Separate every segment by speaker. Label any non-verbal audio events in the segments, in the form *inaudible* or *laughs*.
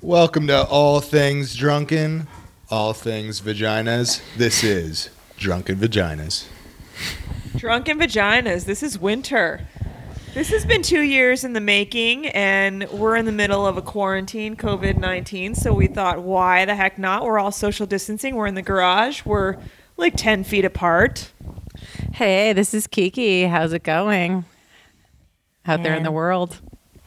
Speaker 1: Welcome to All Things Drunken, All Things Vaginas. This is Drunken Vaginas.
Speaker 2: Drunken vaginas. This is winter. This has been two years in the making, and we're in the middle of a quarantine, COVID 19. So we thought, why the heck not? We're all social distancing. We're in the garage. We're like 10 feet apart.
Speaker 3: Hey, this is Kiki. How's it going? Out there in the world.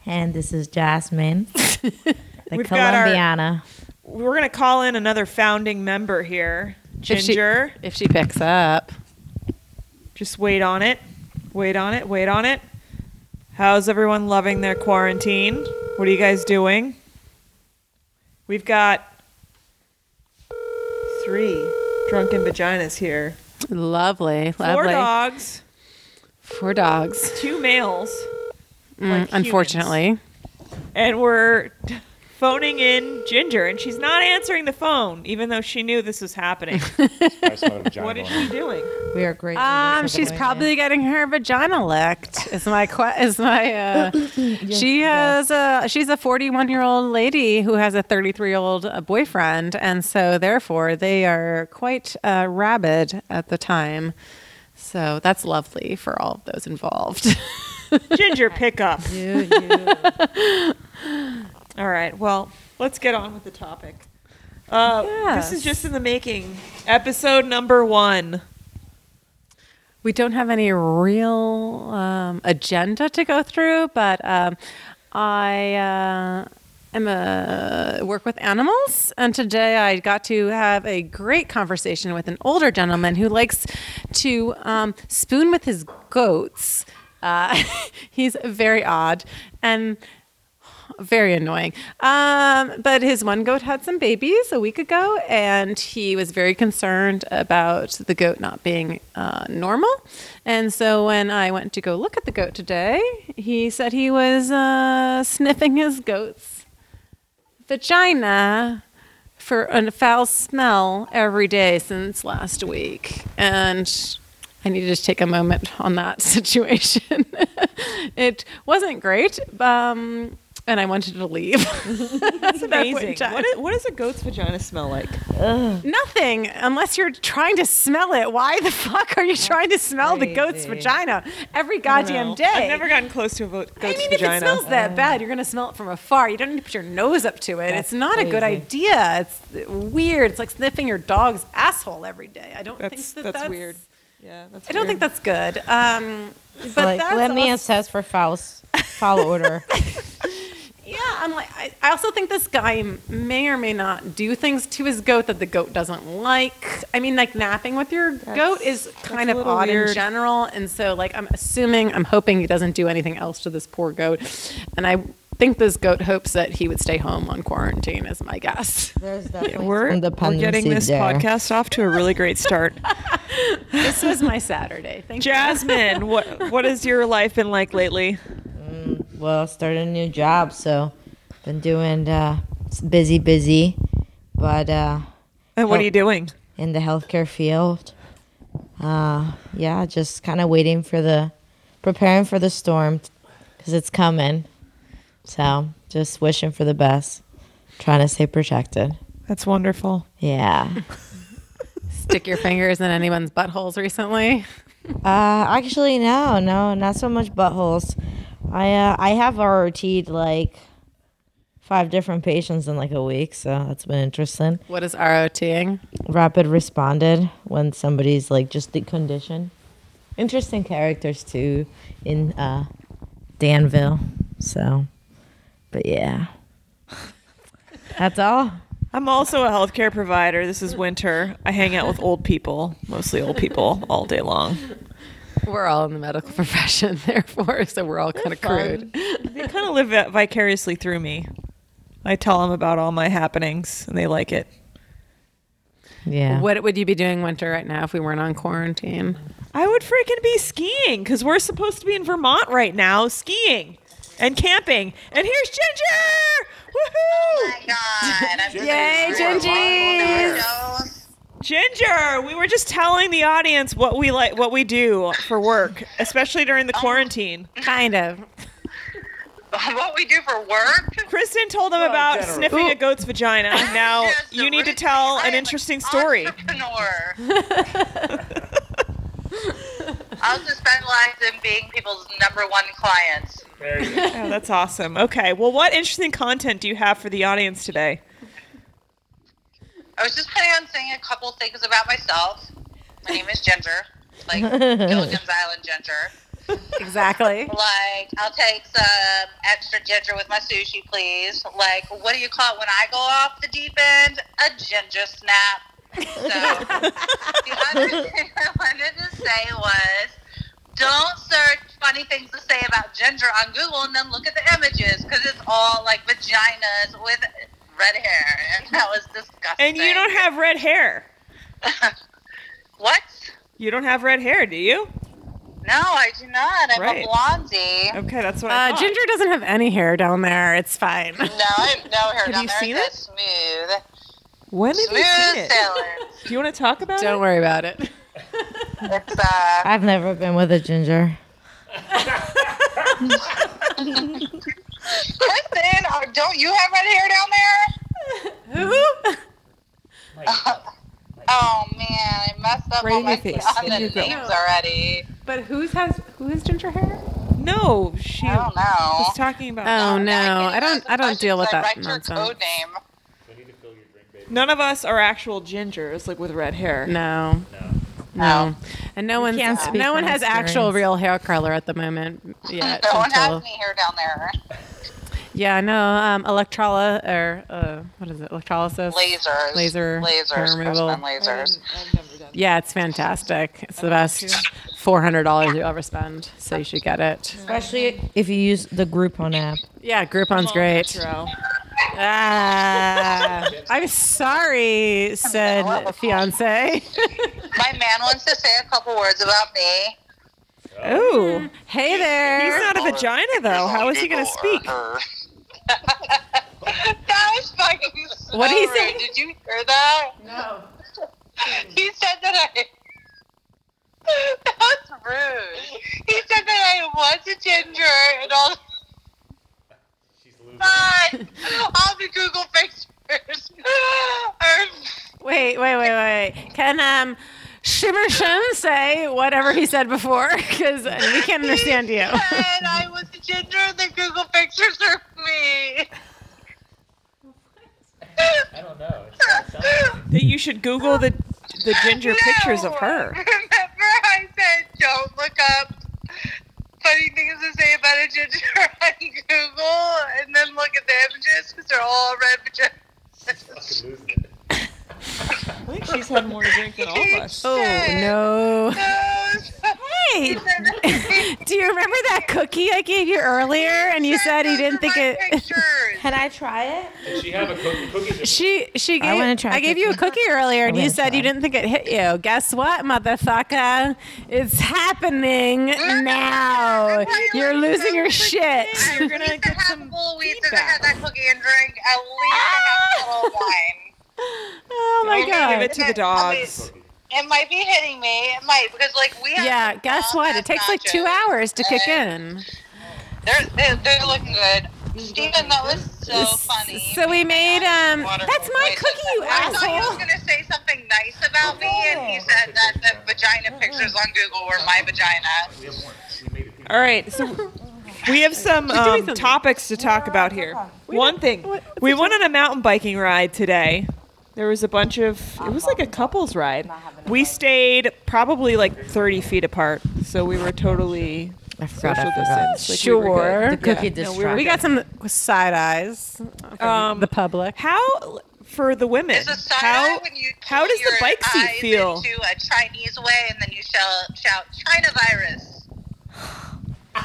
Speaker 4: And this is
Speaker 2: *laughs*
Speaker 4: Jasmine, the
Speaker 2: We've got our-
Speaker 4: Colombiana.
Speaker 2: We're going to call in another founding member here, Ginger.
Speaker 3: If she, if she picks up.
Speaker 2: Just wait on it. Wait on it. Wait on it. How's everyone loving their quarantine? What are you guys doing? We've got three drunken vaginas here.
Speaker 3: Lovely.
Speaker 2: Four
Speaker 3: lovely.
Speaker 2: dogs,
Speaker 3: Four dogs.
Speaker 2: two males, like humans.
Speaker 3: Mm, Unfortunately.
Speaker 2: and we're phoning in Ginger, and she's not answering the phone, even though she knew this was happening. what is she doing?
Speaker 4: We are great.
Speaker 3: Um, she's probably getting her vagina licked. Is my que- is my *laughs* uh, she has a she's a 41 year old lady who has a 33 year old boyfriend, and so therefore they are quite uh, rabid at the time. So that's lovely for all of those involved. *laughs*
Speaker 2: Ginger, pick up. *laughs* All right. Well, let's get on with the topic. Uh, This is
Speaker 3: Yes.
Speaker 2: just in the making. Episode number one.
Speaker 3: We don't have any real um, agenda to go through, but um, I uh, am a work with animals, and today I got to have a great conversation with an older gentleman who likes to um, spoon with his goats. Uh, *laughs* he's very odd and very annoying. Um, but his one goat had some babies a week ago, and he was very concerned about the goat not being uh, normal. And so when I went to go look at the goat today, he said he was uh, sniffing his goat's vagina for a foul smell every day since last week. And I needed to take a moment on that *laughs* situation. it wasn't great, um, and I wanted to leave.
Speaker 2: *laughs* That's
Speaker 3: point
Speaker 2: amazing.
Speaker 3: in time.
Speaker 2: What, is, what does a goat's vagina smell like?
Speaker 3: Nothing, unless you're trying to smell it. Why the fuck are you trying to smell the goat's
Speaker 4: crazy.
Speaker 3: vagina every goddamn day?
Speaker 2: I've never gotten close to a vo-
Speaker 3: I
Speaker 2: goat's
Speaker 3: mean,
Speaker 2: vagina. Mm.
Speaker 3: if it smells that bad, you're going to smell it from afar. You don't need to put your nose up to it. it's not a good idea. It's weird. It's like sniffing your dog's asshole every day. I don't
Speaker 2: Uh, that's,
Speaker 3: think that
Speaker 2: that's weird. Yeah, that's
Speaker 3: I don't think
Speaker 2: weird.
Speaker 3: that's good. Um, but
Speaker 4: like,
Speaker 3: that's
Speaker 4: let me
Speaker 3: also-
Speaker 4: assess for foul, s- foul order.
Speaker 3: Yeah, I'm like, I, I also think this guy m- may or may not do things to his goat that the goat doesn't like. I mean, like napping with your goat is
Speaker 2: that's
Speaker 3: kind of
Speaker 2: a little
Speaker 3: odd
Speaker 2: weird.
Speaker 3: in general. And so, like, I'm assuming, I'm hoping he doesn't do anything else to this poor goat. And I think this goat hopes that he would stay home on quarantine, is my guess.
Speaker 4: There's definitely
Speaker 2: *laughs* We're,
Speaker 4: some
Speaker 2: we're getting
Speaker 4: dependency
Speaker 2: this
Speaker 4: there.
Speaker 2: podcast off to a really great
Speaker 3: *laughs*
Speaker 2: start.
Speaker 3: this was my Saturday. Thank you.
Speaker 2: Jasmine, what what has your life been like lately?
Speaker 4: Well, I started a new job, so been doing uh, it's busy, busy, but uh,
Speaker 2: And what
Speaker 4: Oh.
Speaker 2: are you doing?
Speaker 4: in the healthcare field, uh, yeah, just kind of waiting for the, preparing for the storm, because it's coming. So just wishing for the best, trying to stay protected.
Speaker 2: That's wonderful.
Speaker 4: Yeah.
Speaker 3: Stick your fingers in anyone's buttholes recently.
Speaker 4: Uh, actually, no, no, not so much buttholes. I uh, I have RRT'd like five different patients in like a week, so that's been interesting.
Speaker 3: What is ROTing?
Speaker 4: Rapid responded when somebody's like just the condition. Interesting characters too in uh, Danville. So, but yeah, *laughs* that's all.
Speaker 2: I'm also a healthcare provider. This is winter. I hang out with old people, mostly old people, all day long.
Speaker 3: We're all in the medical *laughs* profession, therefore, so we're all kind of crude.
Speaker 2: They kind of live vi- vicariously through me. I tell them about all my happenings, and they like it.
Speaker 4: Yeah.
Speaker 3: What would you be doing winter right now if we weren't on quarantine?
Speaker 2: I would freaking be skiing because we're supposed to be in Vermont right now, skiing and camping. And here's Ginger! Woohoo!
Speaker 5: God.
Speaker 3: Yay, Gingy!
Speaker 2: Ginger, we were just telling the audience what we like, what we do for work, especially during the quarantine.
Speaker 3: Kind of.
Speaker 5: what we do for work.
Speaker 2: Kristen told them about
Speaker 6: general.
Speaker 2: sniffing a
Speaker 3: Ooh.
Speaker 2: goat's vagina. Now
Speaker 5: Yes,
Speaker 2: you need to
Speaker 5: really-
Speaker 2: tell
Speaker 5: I
Speaker 2: an
Speaker 5: am
Speaker 2: interesting story.
Speaker 5: Entrepreneur. I also spend lives in being people's number one clients.
Speaker 6: There you go.
Speaker 2: Oh, that's awesome. Okay. Well, what interesting content do you have for the audience today?
Speaker 5: I was just planning on saying a couple things about myself. My name is Ginger, like Gilligan's Island Ginger.
Speaker 3: Exactly.
Speaker 5: Like, I'll take some extra ginger with my sushi, please. Like, what do you call it when I go off the deep end? A ginger snap. So, the other thing I wanted to say was don't search funny things to say about ginger on Google and then look at the images because it's all like vaginas with red hair. And that was disgusting.
Speaker 2: And you don't have red hair.
Speaker 5: *laughs* What?
Speaker 2: You don't have red hair, do you?
Speaker 5: No, I do not. I'm
Speaker 2: Right.
Speaker 5: a blondie.
Speaker 2: Okay, that's what I
Speaker 3: Uh,
Speaker 2: thought.
Speaker 3: Ginger doesn't have any hair down there. It's fine.
Speaker 5: No, I have no hair
Speaker 2: Have
Speaker 5: down
Speaker 2: you
Speaker 5: there.
Speaker 2: seen
Speaker 5: It's that smooth.
Speaker 2: When have you seen
Speaker 5: Smooth
Speaker 2: it?
Speaker 5: sailing.
Speaker 2: Do you want to talk about
Speaker 3: Don't worry about it.
Speaker 5: It's uh,
Speaker 4: I've never been with a ginger.
Speaker 5: Kristen, uh, don't you have red hair down there?
Speaker 3: Who?
Speaker 5: *laughs* Oh man, I messed up
Speaker 2: Right
Speaker 5: on,
Speaker 2: in
Speaker 5: my,
Speaker 2: your face,
Speaker 5: *laughs* on
Speaker 2: in
Speaker 5: the
Speaker 2: your
Speaker 5: names
Speaker 2: face.
Speaker 5: already.
Speaker 3: But who's has who has ginger hair?
Speaker 2: it? No, she
Speaker 5: I don't know.
Speaker 2: was talking about.
Speaker 3: Oh
Speaker 5: Um,
Speaker 3: no,
Speaker 5: now
Speaker 3: I
Speaker 5: can't
Speaker 3: don't.
Speaker 5: ask the
Speaker 3: I don't deal with
Speaker 5: questions,
Speaker 3: that
Speaker 5: I wrecked your
Speaker 3: nonsense.
Speaker 5: code name.
Speaker 6: We need to fill your drink, baby.
Speaker 2: None of us are actual gingers, like with red hair.
Speaker 3: No, no, and no one.
Speaker 4: can't speak
Speaker 3: No one
Speaker 4: from
Speaker 3: has actual
Speaker 4: experience.
Speaker 3: real hair color at the moment. Yet,
Speaker 5: No one
Speaker 3: until-
Speaker 5: has any hair down there.
Speaker 3: Yeah, no. Um, electrola or uh, what is it? Electrolysis.
Speaker 5: Lasers.
Speaker 3: Laser. hair
Speaker 5: Lasers.
Speaker 3: removal.
Speaker 5: Kristen, lasers.
Speaker 2: I've never done.
Speaker 3: Yeah, it's fantastic. It's the best four hundred dollars you'll ever spend. So you should get it.
Speaker 4: Especially if you use the Groupon app.
Speaker 3: Yeah, Groupon's great. Ah, I'm sorry, said fiance.
Speaker 5: My man wants to say a couple words about me. *laughs*
Speaker 2: Oh,
Speaker 3: hey
Speaker 2: he's
Speaker 3: there.
Speaker 2: not a vagina though. How is he going to speak?
Speaker 5: That was fucking. So
Speaker 3: What did he say?
Speaker 5: rude. Did you hear that?
Speaker 3: no.
Speaker 5: He said that I. *laughs* That was rude. He said that I was a ginger and all.
Speaker 6: She's losing.
Speaker 5: But all the Google pictures *laughs* are.
Speaker 3: Wait, wait, wait, wait. Can um, Shimmer Shim say whatever he said before? *laughs* Because we can't understand
Speaker 5: *laughs*
Speaker 3: you.
Speaker 5: He said I was a ginger and the Google pictures are me.
Speaker 6: I don't know. It's not something.
Speaker 2: That you should Google the the ginger
Speaker 5: No.
Speaker 2: pictures of her.
Speaker 5: Remember, I said don't look up funny things to say about a ginger *laughs* on Google and then look at the images because they're all red vaginas.
Speaker 6: Fucking losing it.
Speaker 2: I think she's had more to drink than all of
Speaker 3: *laughs*
Speaker 2: us.
Speaker 3: Oh no.
Speaker 5: *laughs*
Speaker 3: Hey,
Speaker 5: Hey,
Speaker 3: *laughs* do you remember that cookie I gave you earlier? And you said you didn't think it. *laughs*
Speaker 4: Can I try it?
Speaker 6: Did she have a cookie? Cookies.
Speaker 3: She she gave
Speaker 4: I wanna try
Speaker 3: I gave you a cookie earlier and
Speaker 4: I
Speaker 3: you
Speaker 4: wanna
Speaker 3: said
Speaker 4: try.
Speaker 3: you didn't think it hit you. Guess what, motherfucker? It's happening
Speaker 5: *laughs*
Speaker 3: now. You're losing your shit.
Speaker 2: You're gonna get
Speaker 5: half
Speaker 2: some
Speaker 5: a bowl of wheat since I
Speaker 2: feedback.
Speaker 5: had that cookie and drink at least a half
Speaker 3: *laughs*
Speaker 5: a bottle of wine.
Speaker 3: *laughs* Oh my
Speaker 2: Give
Speaker 3: god.
Speaker 2: it to the dogs.
Speaker 6: Cookie.
Speaker 5: It might be hitting me. It might because like we have
Speaker 3: Yeah,
Speaker 5: some
Speaker 3: guess what? It
Speaker 5: bomb-ass
Speaker 3: takes like two
Speaker 5: nachos.
Speaker 3: hours to kick in.
Speaker 5: They're they're, they're looking good. Steven, that was so funny.
Speaker 3: So we made um
Speaker 5: Water
Speaker 3: that's my
Speaker 5: wasted.
Speaker 3: cookie, you
Speaker 5: I thought you was
Speaker 3: asshole.
Speaker 5: gonna say something nice about me, and he said that the vagina pictures on Google were my vagina.
Speaker 6: We have more. We made it.
Speaker 2: All right, so we
Speaker 3: *laughs*
Speaker 2: have some
Speaker 3: doing
Speaker 2: um,
Speaker 3: something.
Speaker 2: topics to talk about here. One thing,
Speaker 3: what-
Speaker 2: we went on a mountain biking ride today. There was a bunch of, it was like a
Speaker 3: Uh-huh.
Speaker 2: couples ride. We stayed probably like 30 feet apart, so we were totally
Speaker 4: I forgot. I
Speaker 2: social
Speaker 4: forgot.
Speaker 2: distance. Like, we were good.
Speaker 3: Sure.
Speaker 4: The cookie
Speaker 2: No, we were-
Speaker 4: distracted.
Speaker 3: We got some side eyes
Speaker 2: Um,
Speaker 3: from the
Speaker 5: *laughs*
Speaker 3: public.
Speaker 2: How for the women?
Speaker 5: There's a side
Speaker 2: How
Speaker 5: eye when you
Speaker 2: how
Speaker 5: pull
Speaker 2: does the
Speaker 5: your
Speaker 2: bike seat
Speaker 5: eyes
Speaker 2: feel?
Speaker 5: into a Chinese way, and then you shall shout China virus.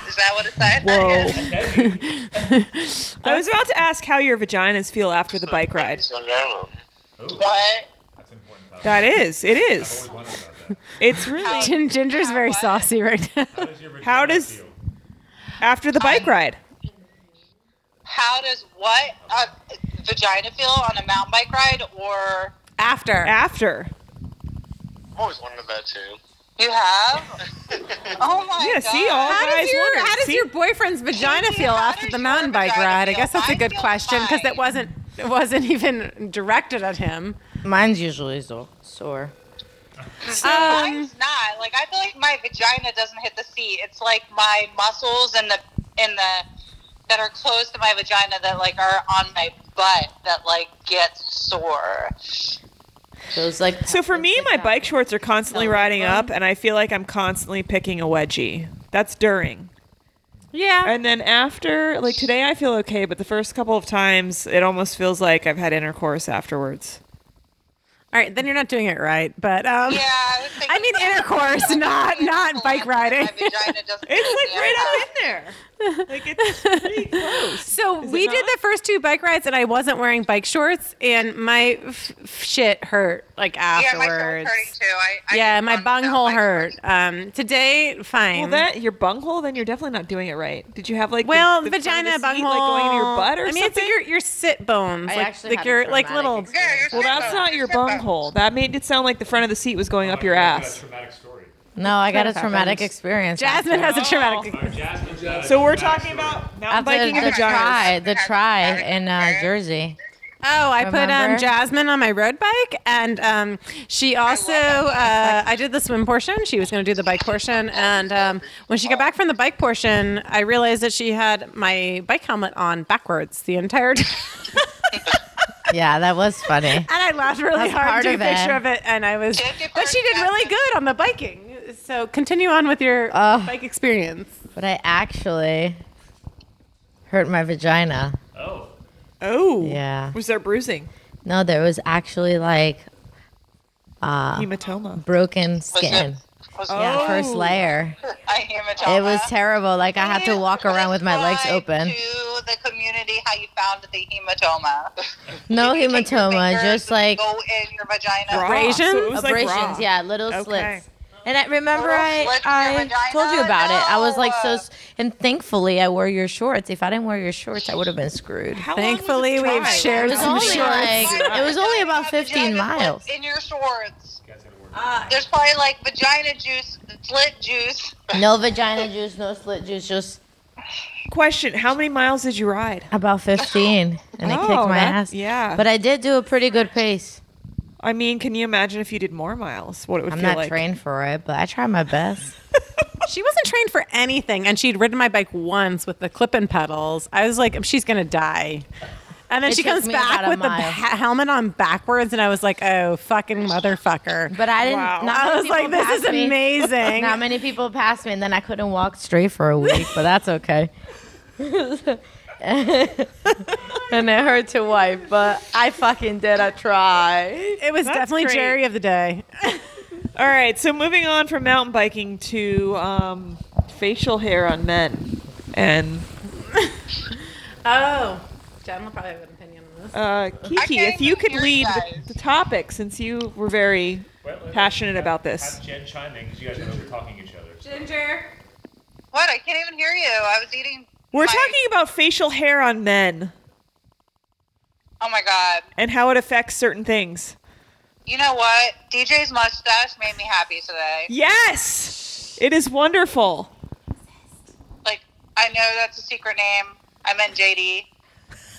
Speaker 5: Is that what it's like?
Speaker 2: Whoa.
Speaker 6: That'd be-
Speaker 2: I was about to ask how your vaginas feel after the bike ride.
Speaker 6: Ooh,
Speaker 5: What?
Speaker 6: that's important. Topic.
Speaker 2: That is, it is.
Speaker 6: Always wondered about that.
Speaker 2: It's really
Speaker 3: Gin- Ginger's very
Speaker 5: How-
Speaker 3: saucy right now.
Speaker 6: How does your
Speaker 2: How
Speaker 6: vagina
Speaker 2: does-
Speaker 6: feel?
Speaker 2: after the bike ride.
Speaker 5: How does what uh, vagina feel on a mountain bike ride or?
Speaker 3: After.
Speaker 2: After
Speaker 7: I've always wondered that too. *laughs*
Speaker 5: You have? oh my
Speaker 2: Yeah,
Speaker 5: god.
Speaker 2: see, all
Speaker 3: How
Speaker 2: guys
Speaker 3: does, your,
Speaker 2: wondered.
Speaker 3: how does
Speaker 2: See?
Speaker 3: your boyfriend's vagina
Speaker 5: Katie,
Speaker 3: feel
Speaker 5: how
Speaker 3: after
Speaker 5: does
Speaker 3: the
Speaker 5: your
Speaker 3: mountain bike
Speaker 5: vagina
Speaker 3: ride? I
Speaker 5: feel?
Speaker 3: guess that's a
Speaker 5: Mine
Speaker 3: good
Speaker 5: feels
Speaker 3: question because it
Speaker 5: fine.
Speaker 3: wasn't it wasn't *laughs* even directed at him.
Speaker 4: Mine's usually so- sore.
Speaker 2: um,
Speaker 5: Mine's not. Like I feel like my vagina doesn't hit the seat. It's like my muscles and the and the that are close to my vagina that like are on my butt that like get sore.
Speaker 4: So it's like
Speaker 2: So for me, my bike shorts are constantly riding up, and I feel like I'm constantly picking a wedgie. That's during.
Speaker 3: Yeah.
Speaker 2: And then after, like today, I feel okay, but the first couple of times, it almost feels like I've had intercourse afterwards.
Speaker 3: All right, then you're not doing it right. But um,
Speaker 5: Yeah. I, was
Speaker 3: *laughs*
Speaker 5: thinking
Speaker 3: I mean
Speaker 5: that.
Speaker 3: intercourse, *laughs* not not bike riding.
Speaker 5: My vagina
Speaker 3: *laughs*
Speaker 2: *laughs*
Speaker 5: doesn't.
Speaker 2: It's
Speaker 5: hit
Speaker 2: like
Speaker 5: the
Speaker 2: right
Speaker 5: outside.
Speaker 2: up in there. *laughs* Like it's pretty close.
Speaker 3: So
Speaker 2: Is it
Speaker 3: we did
Speaker 2: not?
Speaker 3: the first two bike rides, and I wasn't wearing bike shorts, and my f- f- shit hurt like
Speaker 5: "Oh, Yeah, my
Speaker 3: afterwards.
Speaker 5: shoulders hurting too. I, I
Speaker 3: Yeah,
Speaker 5: just
Speaker 3: my
Speaker 5: found out,
Speaker 3: bunghole
Speaker 5: like,
Speaker 3: hurt. Um, today, fine.
Speaker 2: Well, that your bunghole, then you're definitely not doing it right. Did you have like the-
Speaker 3: Well,
Speaker 2: the front of
Speaker 3: vagina
Speaker 2: the seat,
Speaker 3: bunghole.
Speaker 2: like going into your butt or
Speaker 3: I mean,
Speaker 2: something?
Speaker 3: it's like your your sit bones,
Speaker 4: I
Speaker 3: like
Speaker 4: actually
Speaker 3: like
Speaker 4: had a
Speaker 3: your like
Speaker 4: traumatic
Speaker 3: little.
Speaker 4: experience.
Speaker 5: Yeah, your
Speaker 2: well, that's
Speaker 5: sit
Speaker 2: not
Speaker 5: bone,
Speaker 2: your
Speaker 5: sit bone.
Speaker 2: bunghole. That made it sound like the front of the seat was going up your
Speaker 6: Oh,
Speaker 2: ass.
Speaker 6: Traumatic story.
Speaker 4: No, I got a
Speaker 3: That
Speaker 4: traumatic
Speaker 3: happens.
Speaker 4: experience.
Speaker 3: Jasmine
Speaker 2: Oh.
Speaker 3: has a traumatic.
Speaker 6: All right, Jasmine's got a
Speaker 2: So we're
Speaker 6: traumatic
Speaker 2: talking
Speaker 6: story.
Speaker 2: about mountain
Speaker 4: after
Speaker 2: biking
Speaker 4: the
Speaker 2: vaginas.
Speaker 4: try, the try in uh, Jersey.
Speaker 3: Oh, I put um,
Speaker 4: Remember?
Speaker 3: Jasmine on my road bike, and um, she also uh, I did the swim portion. She was going to do the bike portion, and um, when she got back from the bike portion, I realized that she had my bike helmet on backwards the entire time, *laughs*
Speaker 4: Yeah, that was funny.
Speaker 3: and I laughed really
Speaker 4: That's
Speaker 3: hard.
Speaker 4: part
Speaker 3: Took a
Speaker 4: of it.
Speaker 3: picture of it, and I was.
Speaker 5: Take it
Speaker 3: But she did
Speaker 5: back,
Speaker 3: really
Speaker 5: Jasmine.
Speaker 3: good on the biking. So continue on with your
Speaker 4: Ugh.
Speaker 3: bike experience.
Speaker 4: But I actually hurt my vagina.
Speaker 6: Oh,
Speaker 2: Oh,
Speaker 4: Yeah.
Speaker 2: Was there bruising?
Speaker 4: No, there was actually like uh,
Speaker 2: Hematoma.
Speaker 4: broken skin.
Speaker 2: Oh,
Speaker 5: Was-
Speaker 4: Yeah, first layer.
Speaker 5: *laughs* I hear my
Speaker 4: It was
Speaker 5: trauma.
Speaker 4: terrible. Like I had to walk around with my legs
Speaker 5: Describe
Speaker 4: open.
Speaker 5: To the community, how you found the hematoma?
Speaker 4: No
Speaker 5: Did you take your
Speaker 4: Oh, hematoma,
Speaker 5: fingers
Speaker 4: just
Speaker 5: and
Speaker 4: like
Speaker 5: go in your vagina.
Speaker 2: Bra.
Speaker 3: Abrasions?
Speaker 2: So it was like bra.
Speaker 4: abrasions. yeah, little
Speaker 2: Okay.
Speaker 4: slits. And I remember
Speaker 5: Little
Speaker 4: I,
Speaker 5: slits in your
Speaker 4: I
Speaker 5: vagina?
Speaker 4: told you about it. I was like so,
Speaker 5: No.
Speaker 4: s- and thankfully I wore your shorts. If I didn't wear your shorts, I would have been screwed.
Speaker 2: How long was
Speaker 3: Thankfully,
Speaker 2: the
Speaker 3: we've
Speaker 2: try?
Speaker 3: shared
Speaker 4: It was
Speaker 3: some
Speaker 4: only
Speaker 3: shorts.
Speaker 4: like it was only about
Speaker 5: Vagina
Speaker 4: 15
Speaker 5: slits
Speaker 4: miles.
Speaker 5: In your shorts.
Speaker 6: that's gonna work.
Speaker 3: Uh,
Speaker 5: There's probably like vagina juice, slit juice. *laughs*
Speaker 4: No vagina juice, no slit juice, just
Speaker 2: Question: How many miles did you ride?
Speaker 4: about 15, and it
Speaker 2: Oh,
Speaker 4: kicked my
Speaker 2: that-
Speaker 4: ass.
Speaker 2: yeah.
Speaker 4: but I did do a pretty good pace.
Speaker 2: I mean, can you imagine if you did more miles? What it would
Speaker 4: I'm
Speaker 2: feel
Speaker 4: not
Speaker 2: like?
Speaker 4: trained for it, but I tried my best.
Speaker 3: She wasn't trained for anything, and she'd ridden my bike once with the clip and pedals. I was like, she's gonna die. And then
Speaker 4: It
Speaker 3: she
Speaker 4: took
Speaker 3: comes
Speaker 4: me
Speaker 3: back
Speaker 4: about a
Speaker 3: with the
Speaker 4: mile.
Speaker 3: ha- helmet on backwards, and I was like, oh fucking motherfucker!
Speaker 4: But I didn't.
Speaker 2: Wow.
Speaker 4: Not
Speaker 3: I
Speaker 4: many
Speaker 3: was like,
Speaker 4: people
Speaker 3: this
Speaker 4: passed
Speaker 3: is
Speaker 4: me. *laughs*
Speaker 3: amazing.
Speaker 4: Not many people passed me, and then I couldn't walk straight for a week, but that's okay. *laughs* and it hurt to wipe, but I fucking did. I tried.
Speaker 3: it was
Speaker 2: That's
Speaker 3: definitely
Speaker 2: great.
Speaker 3: Jerry of the day.
Speaker 2: All right. So moving on from mountain biking to um, facial hair on men, and
Speaker 3: Oh, Jen will probably have an opinion on this.
Speaker 2: uh, Kiki,
Speaker 5: can't
Speaker 2: if you
Speaker 5: even
Speaker 2: could
Speaker 5: hear
Speaker 2: lead
Speaker 5: you
Speaker 2: the,
Speaker 5: guys.
Speaker 2: the topic, since you were very
Speaker 6: Well, let-
Speaker 2: passionate
Speaker 6: have-
Speaker 2: about this.
Speaker 6: Have Jen chime in because you guys are over talking each other. so-
Speaker 3: Ginger.
Speaker 5: What? I can't even hear you. I was eating.
Speaker 2: We're
Speaker 5: my-
Speaker 2: talking about facial hair on men
Speaker 5: Oh my god.
Speaker 2: and how it affects certain things.
Speaker 5: You know what? DJ's mustache made me happy today.
Speaker 2: Yes, it is wonderful.
Speaker 5: Like I know that's a secret name. I meant JD.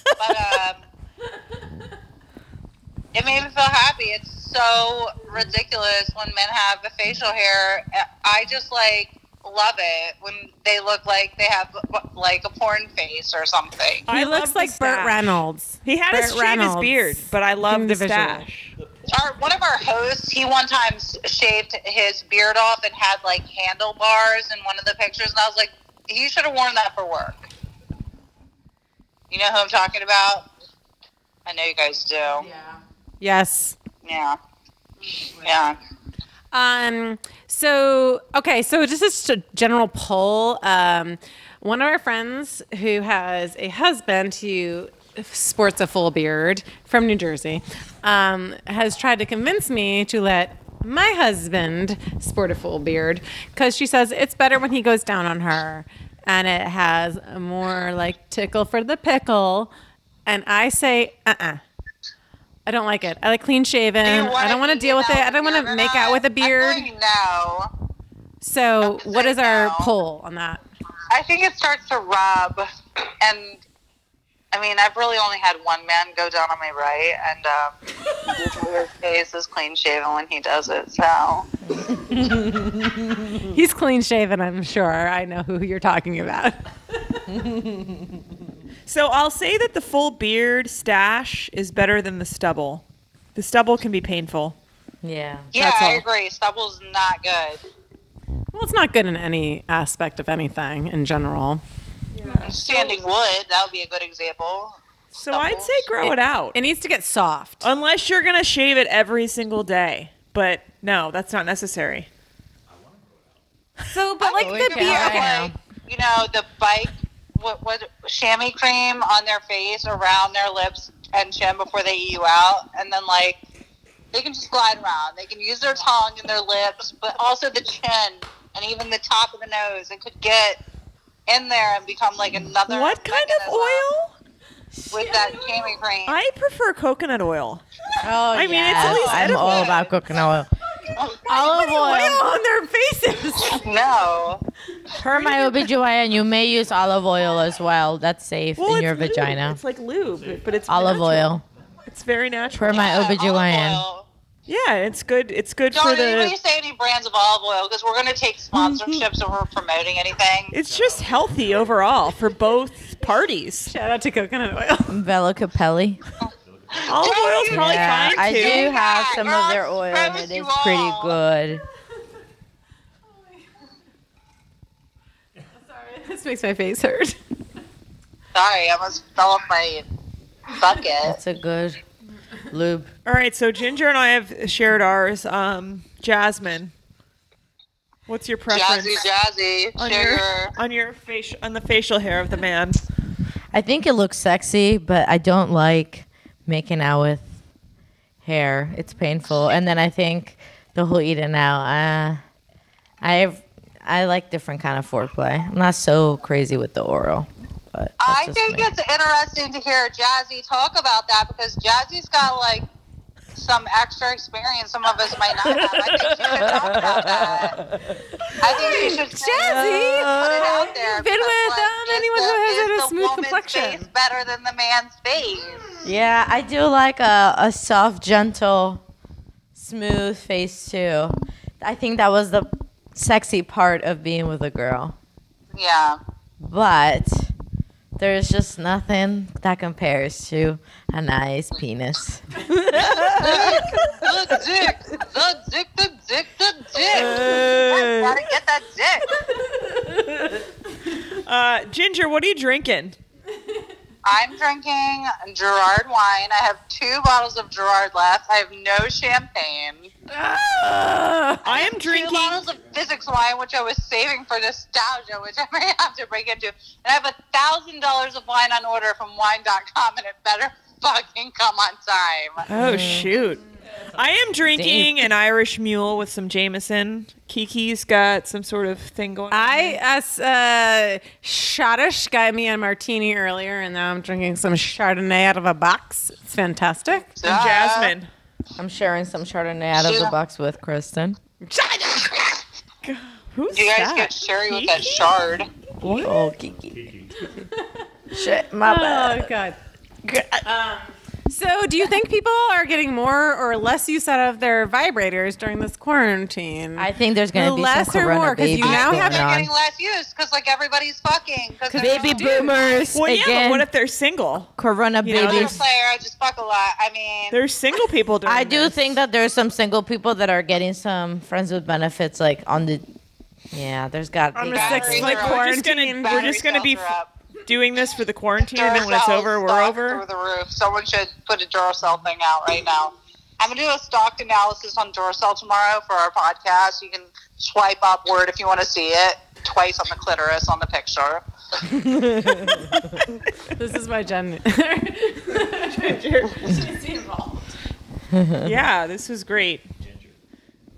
Speaker 5: But um it made me feel happy. It's so ridiculous when men have the facial hair. I just like love it when they look like they have like a porn face or something.
Speaker 3: He
Speaker 2: I love
Speaker 3: looks
Speaker 2: the
Speaker 3: like Burt
Speaker 2: stash.
Speaker 3: Reynolds.
Speaker 2: He had to
Speaker 3: Burt
Speaker 2: shave
Speaker 3: Reynolds.
Speaker 2: his beard, but I love the
Speaker 3: Individual.
Speaker 2: stash.
Speaker 5: Our one of our hosts, he one time s- shaved his beard off and had like handlebars in one of the pictures, and I was like, he should have worn that for work. You know who I'm talking about? I know you guys do. Yeah.
Speaker 3: Yes.
Speaker 5: Yeah.
Speaker 3: Um. So okay. So just as a general poll, um, one of our friends who has a husband who sports a full beard from New Jersey, um, has tried to convince me to let my husband sport a full beard because she says it's better when he goes down on her and it has more like tickle for the pickle. And I say, uh uh I don't like it. I like clean shaven.
Speaker 5: Do you
Speaker 3: Um, I
Speaker 5: wanna
Speaker 3: don't want to
Speaker 5: hang
Speaker 3: deal with
Speaker 5: out
Speaker 3: it. I don't
Speaker 5: with
Speaker 3: want
Speaker 5: him
Speaker 3: to
Speaker 5: or
Speaker 3: make
Speaker 5: not?
Speaker 3: out with a
Speaker 5: I feel
Speaker 3: beard.
Speaker 5: like no.
Speaker 3: So, what is our
Speaker 5: now.
Speaker 3: poll on that?
Speaker 5: I think it starts to rub, and I mean, I've really only had one man go down on my right, and um, his face is clean shaven when he does it. So
Speaker 3: He's clean shaven, I'm sure. I know who you're talking about.
Speaker 2: So I'll say that the full beard stash is better than the stubble. The stubble can be painful.
Speaker 4: Yeah.
Speaker 5: yeah,
Speaker 3: That's
Speaker 5: I
Speaker 3: all.
Speaker 5: agree. Stubble's not good.
Speaker 3: Well, it's not good in any aspect of anything in general.
Speaker 5: Standing wood, that would be a good example.
Speaker 2: So I'd say grow it out.
Speaker 3: It needs to get soft.
Speaker 2: Unless you're going to shave it every single day. But no, that's not necessary.
Speaker 3: So, but like
Speaker 4: we
Speaker 3: the
Speaker 4: can
Speaker 3: beard.
Speaker 4: try
Speaker 3: Okay.
Speaker 4: now.
Speaker 5: Like, you know, the bike, what, what, chamois cream on their face, around their lips and chin before they eat you out, and then like they can just glide around. They can use their tongue and their lips, but also the chin and even the top of the nose. It could get in there and become like another.
Speaker 2: What kind of
Speaker 5: mechanism
Speaker 2: oil?
Speaker 5: With that chamois cream.
Speaker 2: I prefer coconut oil.
Speaker 4: Oh, I
Speaker 2: mean, it's at least
Speaker 4: I'm all
Speaker 5: edible.
Speaker 4: about coconut oil. *laughs* Olive
Speaker 3: Oil
Speaker 4: oil.
Speaker 3: on their *laughs* faces.
Speaker 5: no.
Speaker 4: Per my OBGYN, you may use olive oil as well. That's safe in your
Speaker 2: it's lube.
Speaker 4: vagina.
Speaker 2: It's like lube, but it's
Speaker 4: Olive
Speaker 2: natural.
Speaker 4: oil.
Speaker 2: It's very
Speaker 4: Per
Speaker 2: natural.
Speaker 4: my
Speaker 5: Yeah, olive
Speaker 4: OBGYN.
Speaker 5: oil.
Speaker 2: yeah, it's good. It's good
Speaker 5: Don't
Speaker 2: for
Speaker 5: anybody
Speaker 2: the.
Speaker 5: say any brands of olive oil because we're going to take
Speaker 2: Mm-hmm.
Speaker 5: sponsorships and we're promoting anything.
Speaker 2: It's just healthy overall for both parties.
Speaker 3: Shout out to coconut *laughs* oil.
Speaker 4: Vela Capelli.
Speaker 2: Olive oil's probably
Speaker 4: Yeah,
Speaker 2: fine
Speaker 4: I
Speaker 2: too.
Speaker 4: do have
Speaker 5: Yeah,
Speaker 4: some
Speaker 5: girl,
Speaker 4: of their oil, and
Speaker 5: promise
Speaker 4: it
Speaker 5: you
Speaker 4: is pretty
Speaker 5: all.
Speaker 4: good.
Speaker 3: This makes my face hurt.
Speaker 5: Sorry, I almost fell off my bucket.
Speaker 4: It's a good lube.
Speaker 2: All right, so Ginger and I have shared ours. Um, Jasmine, what's your preference
Speaker 5: Jazzy, jazzy,
Speaker 2: on
Speaker 5: sugar.
Speaker 2: your on your facial on the facial hair of the man?
Speaker 4: I think it looks sexy, but I don't like making out with hair. It's painful. And then I think the whole eating out. Uh, I I like different kind of foreplay. I'm not so crazy with the oral. But that's
Speaker 5: I
Speaker 4: just
Speaker 5: think
Speaker 4: me.
Speaker 5: it's interesting to hear Jazzy talk about that because Jazzy's got like some extra experience some of us might not have. I think she should talk about that. I think she should
Speaker 3: *laughs*
Speaker 5: say-
Speaker 3: Jazzy,
Speaker 5: put it out there.
Speaker 3: you've been
Speaker 5: because,
Speaker 3: with
Speaker 5: like,
Speaker 3: um,
Speaker 5: just
Speaker 3: anyone who
Speaker 5: the-
Speaker 3: has
Speaker 5: is
Speaker 3: had a
Speaker 5: the
Speaker 3: smooth
Speaker 5: woman's
Speaker 3: complexion.
Speaker 5: Face better than the man's face.
Speaker 4: Yeah, I do like a, a soft, gentle, smooth face too. I think that was the sexy part of being with a girl.
Speaker 3: *laughs*
Speaker 5: Yeah.
Speaker 4: But there's just nothing that compares to a nice penis.
Speaker 5: the dick, the dick, the dick, the dick. I gotta get that dick.
Speaker 2: Uh, Ginger, what are you drinking?
Speaker 5: I'm drinking Gerard wine. I have two bottles of Gerard left. I have no champagne. Ah,
Speaker 2: I am
Speaker 5: Two
Speaker 2: drinking.
Speaker 5: bottles of physics wine, which I was saving for nostalgia, which *laughs* I may have to break into. And I have a thousand dollars of wine on order from wine.com, and it better *laughs* fucking come on time.
Speaker 2: Oh shoot! I am drinking an Irish Mule with some Jameson. Kiki's got some sort of thing going. on.
Speaker 3: I as uh, Schottish got me a martini earlier, and now I'm drinking some Chardonnay out of a box. It's fantastic.
Speaker 5: So,
Speaker 2: And Jasmine.
Speaker 4: I'm sharing some Chardonnay out of the
Speaker 5: Sheila.
Speaker 4: box with Kristen.
Speaker 2: Who's
Speaker 5: You guys
Speaker 2: that?
Speaker 5: get sherry with that shard.
Speaker 2: *laughs*
Speaker 4: Oh, Kiki. Shit, my bad.
Speaker 3: Oh God. Um, so, do you think people are getting more or less use out of their vibrators during this quarantine?
Speaker 4: I think there's gonna be
Speaker 3: Less
Speaker 4: some
Speaker 3: or
Speaker 4: corona
Speaker 3: more, 'cause you
Speaker 4: babies
Speaker 3: now
Speaker 4: going
Speaker 3: have
Speaker 5: They're
Speaker 4: on.
Speaker 5: getting less use because like everybody's fucking. Cause they're
Speaker 4: Baby boomers
Speaker 2: Well, yeah,
Speaker 4: again.
Speaker 2: but what if they're single?
Speaker 4: corona
Speaker 2: know,
Speaker 5: I'm a
Speaker 4: babies?
Speaker 5: player. I just fuck a lot. I mean,
Speaker 2: There's single people doing
Speaker 4: I do
Speaker 2: this.
Speaker 4: think that there's some single people that are getting some friends with benefits, like on the. Yeah, there's got to
Speaker 3: On
Speaker 4: be.
Speaker 3: the
Speaker 5: batteries
Speaker 3: sex
Speaker 5: are
Speaker 3: like
Speaker 5: up.
Speaker 2: We're just gonna-
Speaker 3: quarantine.
Speaker 2: we're just gonna be f- doing this for the quarantine, and then when it's over,
Speaker 3: *laughs*
Speaker 2: we're over.
Speaker 5: Through the roof. Someone should put a Duracell thing out right now. I'm gonna do a stocked analysis on Duracell tomorrow for our podcast. You can swipe upward if you want to see it. Twice on the clitoris on the picture.
Speaker 3: this is my gen. *laughs*
Speaker 2: yeah, this was great.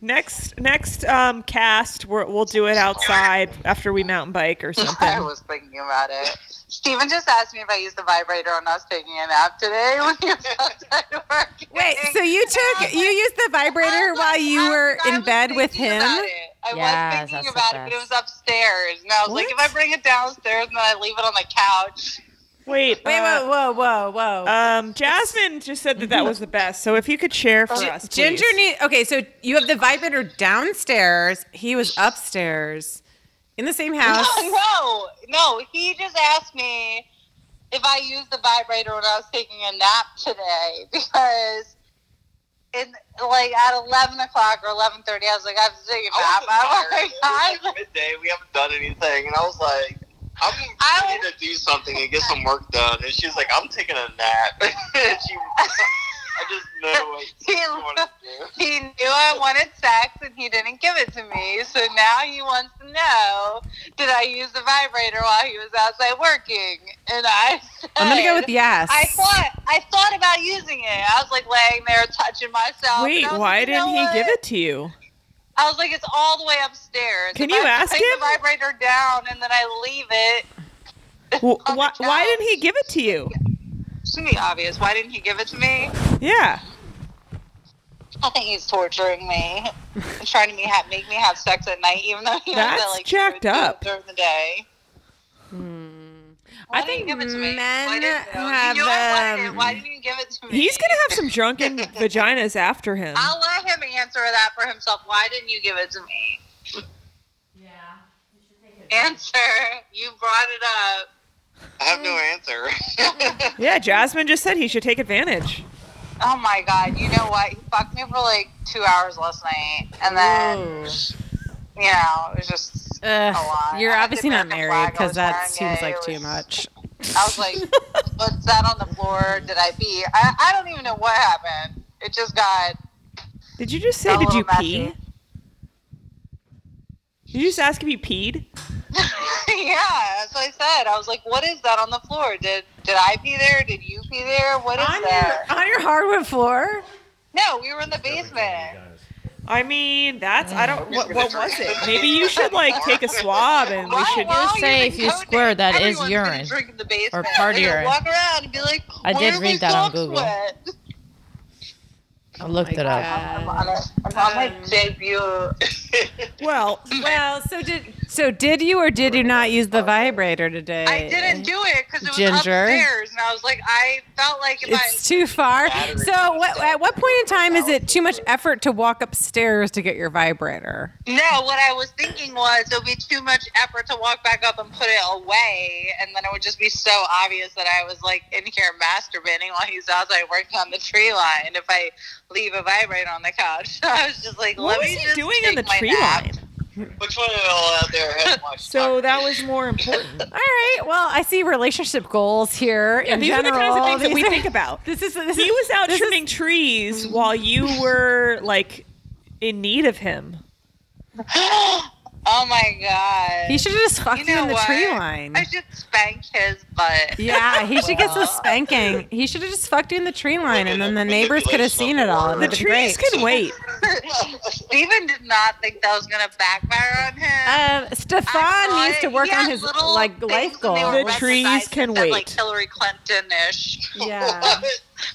Speaker 2: Next, next um, cast, we're, we'll do it outside after we mountain bike or
Speaker 5: *laughs* I
Speaker 2: something.
Speaker 5: was thinking about it. Steven just asked me if I used the vibrator when I was taking a nap today *laughs* when he was outside working.
Speaker 3: Wait, so you took you used the vibrator while you were in bed with him?
Speaker 5: About it. I
Speaker 4: Yes,
Speaker 5: was
Speaker 4: that's the
Speaker 5: thinking about it, but it
Speaker 4: best.
Speaker 5: was upstairs. And I was like, if I bring it downstairs and then I leave it on the couch,
Speaker 2: Wait,
Speaker 3: *laughs* Wait,
Speaker 2: uh,
Speaker 3: whoa, whoa, whoa, whoa.
Speaker 2: Um, Jasmine just said that that was the best. So if you could share for
Speaker 3: Gi-
Speaker 2: us, please.
Speaker 3: Ginger need okay. So you have the vibrator downstairs. He was upstairs in the same house.
Speaker 5: *laughs* No, no, no. He just asked me if I used the vibrator when I was taking a nap today *laughs* because. In, like at eleven o'clock or eleven thirty, I was like, I have to take
Speaker 7: Oh,
Speaker 5: a nap.
Speaker 7: I
Speaker 5: I'm *laughs*
Speaker 7: was
Speaker 5: like,
Speaker 7: tired. It was
Speaker 5: I'm-
Speaker 7: like midday. We haven't done anything, and I was like, I'm
Speaker 5: I
Speaker 7: I need to do something and get some work done. And she's like, I'm taking a nap. *laughs* and she, I just
Speaker 4: *laughs*
Speaker 7: know what she wanted to do.
Speaker 5: he knew I wanted sex and he didn't give it to me. So now he wants to know did I use the vibrator while he was outside working? And I said,
Speaker 3: I'm gonna go with yes.
Speaker 5: I thought I thought about using it. I was like laying there touching myself.
Speaker 2: Wait,
Speaker 5: and I was
Speaker 2: why
Speaker 5: like, you know
Speaker 2: didn't he
Speaker 5: what?
Speaker 2: give it to
Speaker 5: *laughs*
Speaker 2: you?
Speaker 5: I was like, it's all the way upstairs.
Speaker 2: Can
Speaker 5: If
Speaker 2: you
Speaker 5: I
Speaker 2: ask
Speaker 5: take
Speaker 2: him?
Speaker 5: the vibrator down and then I leave it?
Speaker 2: Well,
Speaker 5: On the
Speaker 2: why, why
Speaker 5: couch.
Speaker 2: didn't he give it to
Speaker 5: *laughs*
Speaker 2: you?
Speaker 5: Shouldn't be obvious. Why didn't he give it to me?
Speaker 2: Yeah.
Speaker 5: I think he's torturing me, trying to me ha- make me have sex at night, even though he knows I
Speaker 2: That's
Speaker 5: like to
Speaker 2: jacked
Speaker 5: do it
Speaker 2: up.
Speaker 5: during the day.
Speaker 3: I
Speaker 5: Why didn't
Speaker 3: Hmm. think
Speaker 5: you give it to me?
Speaker 3: men
Speaker 5: Why didn't you?
Speaker 3: have,
Speaker 5: You knew I wanted it.
Speaker 3: um,
Speaker 5: Why didn't you give it to me?
Speaker 2: He's going to have some drunken vaginas after him.
Speaker 5: I'll let him answer that for himself. Why didn't you give it to me? Yeah. Answer. You brought it up.
Speaker 7: I have no answer. *laughs*
Speaker 2: Yeah, Jasmine just said he should take advantage.
Speaker 5: Oh my god! You know what? He fucked me for like two hours last night, and then you know it was just
Speaker 3: Ugh,
Speaker 5: a lot.
Speaker 3: you're
Speaker 5: I had to
Speaker 3: obviously
Speaker 5: pick
Speaker 3: not
Speaker 5: a
Speaker 3: married
Speaker 5: flag. I
Speaker 3: because
Speaker 5: was
Speaker 3: that
Speaker 5: wearing
Speaker 3: seems
Speaker 5: it.
Speaker 3: like
Speaker 5: It
Speaker 3: too
Speaker 5: was-
Speaker 3: much.
Speaker 5: I
Speaker 3: *laughs*
Speaker 5: was like, what's that on the floor? Did I pee? I, I don't even know what happened. It just got.
Speaker 2: Did you just say,
Speaker 5: Got a
Speaker 2: did you
Speaker 5: little
Speaker 2: pee?
Speaker 5: messy.
Speaker 2: Did you just ask if you peed?
Speaker 5: *laughs* yeah, that's what I said. I was like, what is that on the floor? Did did I pee there? Did you pee there? What is
Speaker 3: On
Speaker 5: that?
Speaker 3: your on your hardwood floor.
Speaker 5: No, we were in the basement.
Speaker 2: I mean, that's, I don't, what,
Speaker 7: gonna
Speaker 2: what
Speaker 7: drink
Speaker 2: was
Speaker 7: it.
Speaker 5: *laughs*
Speaker 2: it? Maybe you should, like, take a swab and we
Speaker 5: Why-
Speaker 2: should.
Speaker 5: why
Speaker 4: just
Speaker 5: are
Speaker 4: say
Speaker 5: the
Speaker 4: if you
Speaker 5: goat
Speaker 4: squirt, that is
Speaker 5: Everyone's gonna
Speaker 4: urine.
Speaker 5: Drink in the basement.
Speaker 4: Or part
Speaker 5: They're gonna
Speaker 4: urine.
Speaker 5: Walk around and be like,
Speaker 4: I
Speaker 5: where
Speaker 4: did
Speaker 5: are
Speaker 4: read
Speaker 5: my
Speaker 4: that on
Speaker 5: socks
Speaker 4: Google.
Speaker 5: wet?
Speaker 4: I looked it up.
Speaker 5: *laughs* I'm on, a, I'm on my debut.
Speaker 2: Well,
Speaker 3: Well, so did so did you or did you not use the vibrator today?
Speaker 5: I didn't do it because it was
Speaker 3: Ginger.
Speaker 5: upstairs, and I was like, I felt like if I
Speaker 3: It's too far.
Speaker 7: Battery
Speaker 3: So, what,
Speaker 7: stuff.
Speaker 3: at what point in time is it too much effort to walk upstairs to get your vibrator?
Speaker 5: No, what I was thinking was it would be too much effort to walk back up and put it away, and then it would just be so obvious that I was like in here masturbating while he's outside working on the tree line. If I leave a vibrator on the couch, *laughs* so I was just like,
Speaker 2: what
Speaker 5: let
Speaker 2: was
Speaker 5: me
Speaker 2: he
Speaker 5: just
Speaker 2: doing in
Speaker 5: take
Speaker 2: the
Speaker 5: my
Speaker 2: tree
Speaker 5: nap.
Speaker 2: line?
Speaker 7: Which one of y'all out there had watched?
Speaker 2: *laughs* So
Speaker 7: Doctor
Speaker 2: that was more important.
Speaker 3: All right. Well, I see relationship goals here in
Speaker 2: these are
Speaker 3: general.
Speaker 2: the kinds of things that
Speaker 3: These
Speaker 2: we
Speaker 3: are-
Speaker 2: think about.
Speaker 3: *laughs* This is this
Speaker 2: He
Speaker 3: is,
Speaker 2: was out
Speaker 3: this is-
Speaker 2: trimming trees while you were like in need of him.
Speaker 5: Oh my god!
Speaker 3: he should have just fucked
Speaker 5: you
Speaker 3: you,
Speaker 5: know
Speaker 3: in the
Speaker 5: what?
Speaker 3: tree line.
Speaker 5: I should spank his
Speaker 3: *laughs*
Speaker 5: butt.
Speaker 3: yeah, he should get some spanking. He should have just fucked you in the tree line, and then the neighbors could have seen it all. and
Speaker 2: The
Speaker 3: it'd be
Speaker 2: trees
Speaker 3: great.
Speaker 2: can wait.
Speaker 5: *laughs* Steven did not think that was gonna backfire on him.
Speaker 3: Um,
Speaker 5: I
Speaker 3: Stefan
Speaker 5: saw
Speaker 3: needs to
Speaker 5: it.
Speaker 3: work
Speaker 5: He
Speaker 3: on
Speaker 5: had
Speaker 3: his
Speaker 5: little
Speaker 3: like
Speaker 5: things
Speaker 3: life
Speaker 5: when they were
Speaker 3: goal.
Speaker 2: The trees
Speaker 5: recognized
Speaker 2: can
Speaker 5: that said, Like
Speaker 2: wait.
Speaker 5: Hillary Clinton ish.
Speaker 3: Yeah.
Speaker 5: *laughs*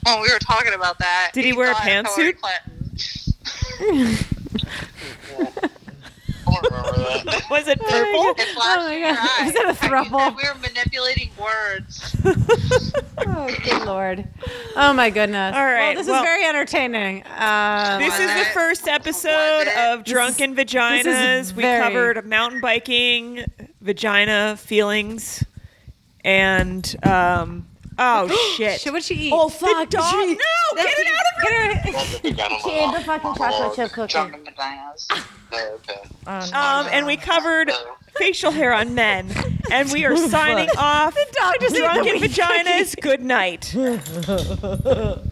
Speaker 5: when we were talking about that.
Speaker 2: Did he wear a
Speaker 5: thought of Hillary
Speaker 2: pantsuit?
Speaker 5: Clinton.
Speaker 7: *laughs*
Speaker 3: *laughs*
Speaker 7: I don't remember that.
Speaker 2: *laughs* Was it purple?
Speaker 5: It flashed
Speaker 3: Oh my
Speaker 5: in your
Speaker 3: God.
Speaker 5: eye.
Speaker 3: Is that a
Speaker 5: I *laughs* knew
Speaker 3: thruple?
Speaker 5: We were manipulating words.
Speaker 3: Oh, good lord. Oh, my goodness.
Speaker 2: All right,
Speaker 3: Well, this
Speaker 2: well-
Speaker 3: is very entertaining. Um,
Speaker 2: This is the first episode of Drunken
Speaker 3: this is
Speaker 2: Vaginas. We
Speaker 3: very-
Speaker 2: covered mountain biking, vagina feelings, and um
Speaker 3: *gasps*
Speaker 2: *gasps* oh shit.
Speaker 3: Should what she eat?
Speaker 4: Oh
Speaker 2: the
Speaker 4: fuck!
Speaker 2: dog. No, get it out of her.
Speaker 4: She ate the fucking chocolate chip
Speaker 5: Drunk
Speaker 4: cookie.
Speaker 5: in vaginas.
Speaker 7: Okay.
Speaker 4: Oh, no.
Speaker 2: Um, and we covered facial hair on men, and
Speaker 3: *laughs*
Speaker 2: we are signing off.
Speaker 3: dog just ate the
Speaker 2: Drunken
Speaker 3: wheat
Speaker 2: vaginas. Good night.